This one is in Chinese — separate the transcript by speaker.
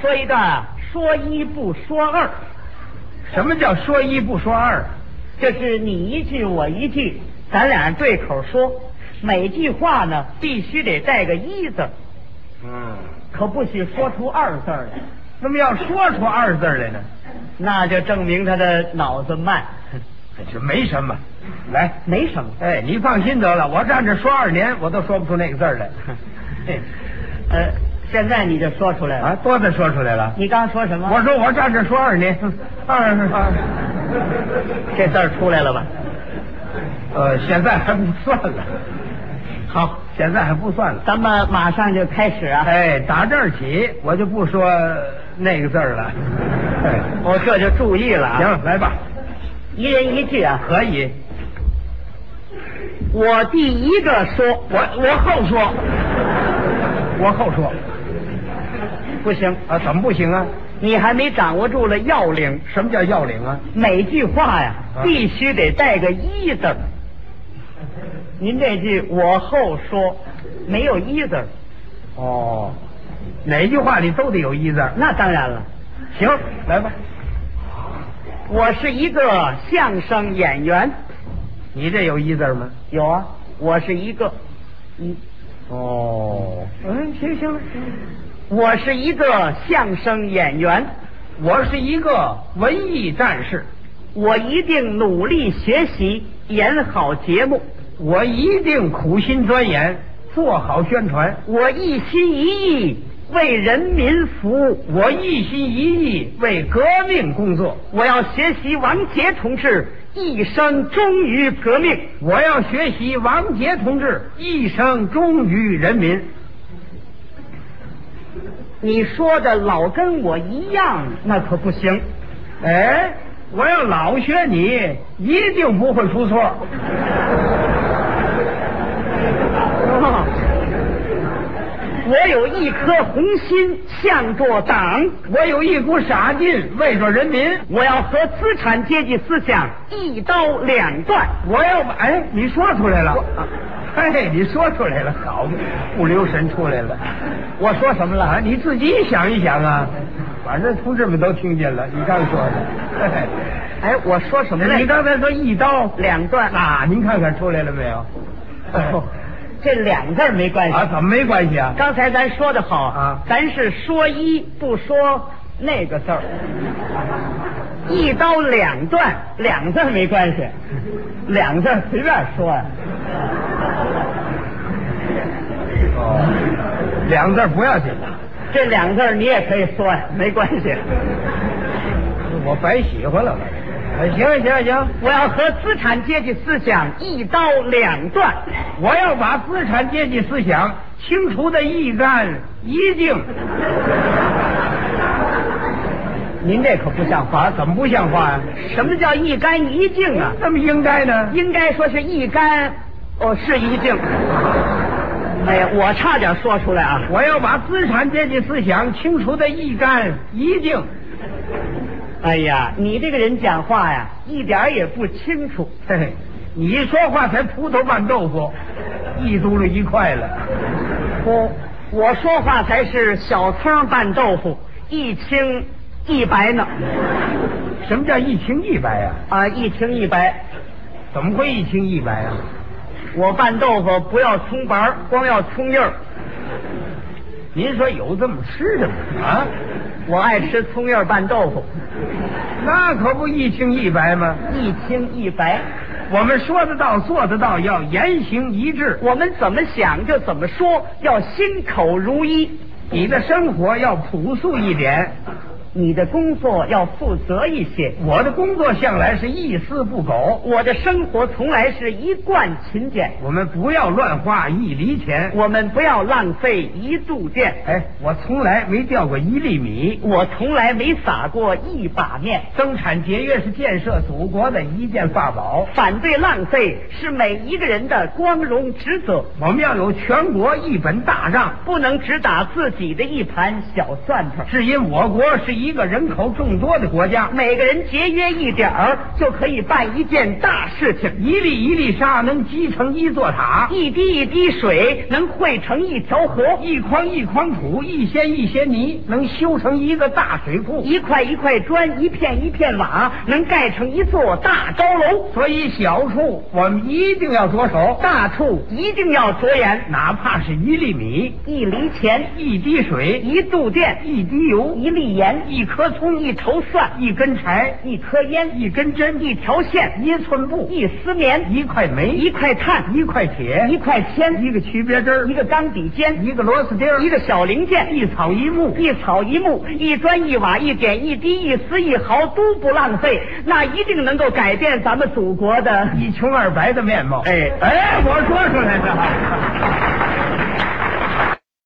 Speaker 1: 说一段啊，说一不说二，
Speaker 2: 什么叫说一不说二？
Speaker 1: 就是你一句我一句，咱俩人对口说，每句话呢必须得带个一字儿，
Speaker 2: 嗯，
Speaker 1: 可不许说出二字儿来，
Speaker 2: 那么要说出二字来呢，
Speaker 1: 那就证明他的脑子慢，
Speaker 2: 这没什么。来，
Speaker 1: 没什么。
Speaker 2: 哎，你放心得了，我站这说二年，我都说不出那个字儿 来。
Speaker 1: 哎呃，现在你就说出来了。
Speaker 2: 啊，多的说出来了。
Speaker 1: 你刚说什么？
Speaker 2: 我说我站这说 二年，二二，
Speaker 1: 这字儿出来了吧？
Speaker 2: 呃，现在还不算了。好，现在还不算了。
Speaker 1: 咱们马上就开始啊！
Speaker 2: 哎，打这儿起，我就不说那个字儿 了。哎，
Speaker 1: 我这就注意了啊！，
Speaker 2: 行，来吧，
Speaker 1: 一人一句啊。
Speaker 2: 可以。
Speaker 1: 我第一个说，
Speaker 2: 我我后说， 我后说
Speaker 1: 不行，
Speaker 2: 啊，怎么不行啊？
Speaker 1: 你还没掌握住了要领。
Speaker 2: 什么叫要领啊？
Speaker 1: 每句话呀，
Speaker 2: 啊
Speaker 1: 必须得带个一字儿。您这句我后说，没有一字儿，
Speaker 2: 哦，哪句话里都得有一字儿。
Speaker 1: 那当然了。
Speaker 2: 行，来吧，
Speaker 1: 我是一个相声演员，
Speaker 2: 你这有一字儿吗？
Speaker 1: 有啊，我是一个，嗯，
Speaker 2: 哦，
Speaker 1: 嗯，行行了，我是一个相声演员，
Speaker 2: 我是一个文艺战士，
Speaker 1: 我一定努力学习，演好节目，
Speaker 2: 我一定苦心钻研，做好宣传。
Speaker 1: 我一心一意为人民服务，
Speaker 2: 我一心一意为革命工作，
Speaker 1: 我要学习王杰同志一生忠于革命。
Speaker 2: 我要学习王杰同志一生忠于人民。
Speaker 1: 你说的老跟我一样，那可不行。
Speaker 2: 哎，我要老学你，一定不会出错。
Speaker 1: 我有一颗红心，向着党。
Speaker 2: 我有一股傻劲，为着人民。
Speaker 1: 我要和资产阶级思想一刀两断。
Speaker 2: 我要把哎，你说出来了
Speaker 1: 我，
Speaker 2: 哎，你说出来了，好，不留神出来了。我说什么了？啊，你自己想一想啊。反正同志们都听见了，你刚说的。嘿
Speaker 1: 哎，我说什么
Speaker 2: 嘿
Speaker 1: 来
Speaker 2: 你
Speaker 1: 着？
Speaker 2: 刚才说一刀
Speaker 1: 两段
Speaker 2: 啊，您看看出来了没有？
Speaker 1: 哦这两字儿没关系。
Speaker 2: 啊，怎么没关系啊？
Speaker 1: 刚才咱说的好
Speaker 2: 啊
Speaker 1: 咱是说一不说那个字 儿，一刀两断，两字儿没关系，两字儿随便说呀、
Speaker 2: 哦，两字儿不要紧了，
Speaker 1: 这两字儿你也可以说呀、没关系。
Speaker 2: 我白喜欢了。我哎行行行，
Speaker 1: 我要和资产阶级思想一刀两断，
Speaker 2: 我要把资产阶级思想清除的一干一净。
Speaker 1: 您这可不像话。
Speaker 2: 啊，怎么不像话呀、
Speaker 1: 什么叫一干一净啊？
Speaker 2: 那么应该呢？
Speaker 1: 应该说是一干，哦，是一 净。哎呀，我差点说出来啊！
Speaker 2: 我要把资产阶级思想清除的一干一净。
Speaker 1: 哎呀，你这个人讲话呀，一点儿也不清楚。
Speaker 2: 嘿嘿，你一说话才葡萄拌豆腐，一嘟噜一块了。
Speaker 1: 我我说话才是小葱拌豆腐，一清一白呢。
Speaker 2: 什么叫一清一白呀、
Speaker 1: 啊，一清一白。
Speaker 2: 怎么会一清一白啊？
Speaker 1: 我拌豆腐不要葱白儿，光要葱叶儿。
Speaker 2: 您说有这么吃的吗？啊，
Speaker 1: 我爱吃葱叶儿拌豆腐，
Speaker 2: 那可不一清一白吗？
Speaker 1: 一清一白。
Speaker 2: 我们说得到，做得到，要言行一致。
Speaker 1: 我们怎么想就怎么说，要心口如一。
Speaker 2: 你的生活要朴素一点，
Speaker 1: 你的工作要负责一些。
Speaker 2: 我的工作向来是一丝不苟。
Speaker 1: 我的生活从来是一贯勤俭，
Speaker 2: 我们不要乱花一厘钱。
Speaker 1: 我们不要浪费一度电。
Speaker 2: 哎，我从来没掉过一粒米。
Speaker 1: 我从来没撒过一把面，
Speaker 2: 增产节约是建设祖国的一件法宝。
Speaker 1: 反对浪费是每一个人的光荣职责，
Speaker 2: 我们要有全国一本大账，
Speaker 1: 不能只打自己的一盘小算盘。
Speaker 2: 是因我国是一个人口众多的国家，
Speaker 1: 每个人节约一点儿，就可以办一件大事情。
Speaker 2: 一粒一粒沙能积成一座塔，
Speaker 1: 一滴一滴水能汇成一条河，
Speaker 2: 一筐一筐土，一掀一掀泥，能修成一个大水库。
Speaker 1: 一块一块砖，一片一片瓦，能盖成一座大高楼。
Speaker 2: 所以小处我们一定要着手，
Speaker 1: 大处一定要着眼，
Speaker 2: 哪怕是一粒米、
Speaker 1: 一厘钱，
Speaker 2: 一滴水、
Speaker 1: 一度电，
Speaker 2: 一滴油、
Speaker 1: 一粒盐，
Speaker 2: 一颗葱、
Speaker 1: 一头蒜，
Speaker 2: 一根柴、
Speaker 1: 一颗烟，
Speaker 2: 一根针、
Speaker 1: 一条线，
Speaker 2: 一寸布、
Speaker 1: 一丝棉，
Speaker 2: 一块煤、
Speaker 1: 一块炭，
Speaker 2: 一块铁、
Speaker 1: 一块铅，
Speaker 2: 一个曲别针儿
Speaker 1: 一个钢笔尖，
Speaker 2: 一个螺丝钉儿
Speaker 1: 一个小零件，
Speaker 2: 一草一木，
Speaker 1: 一草一木，一砖一瓦，一点一滴，一丝一毫都不浪费，那一定能够改变咱们祖国的。
Speaker 2: 一穷二白的面貌。
Speaker 1: 哎
Speaker 2: 哎，我说出来了。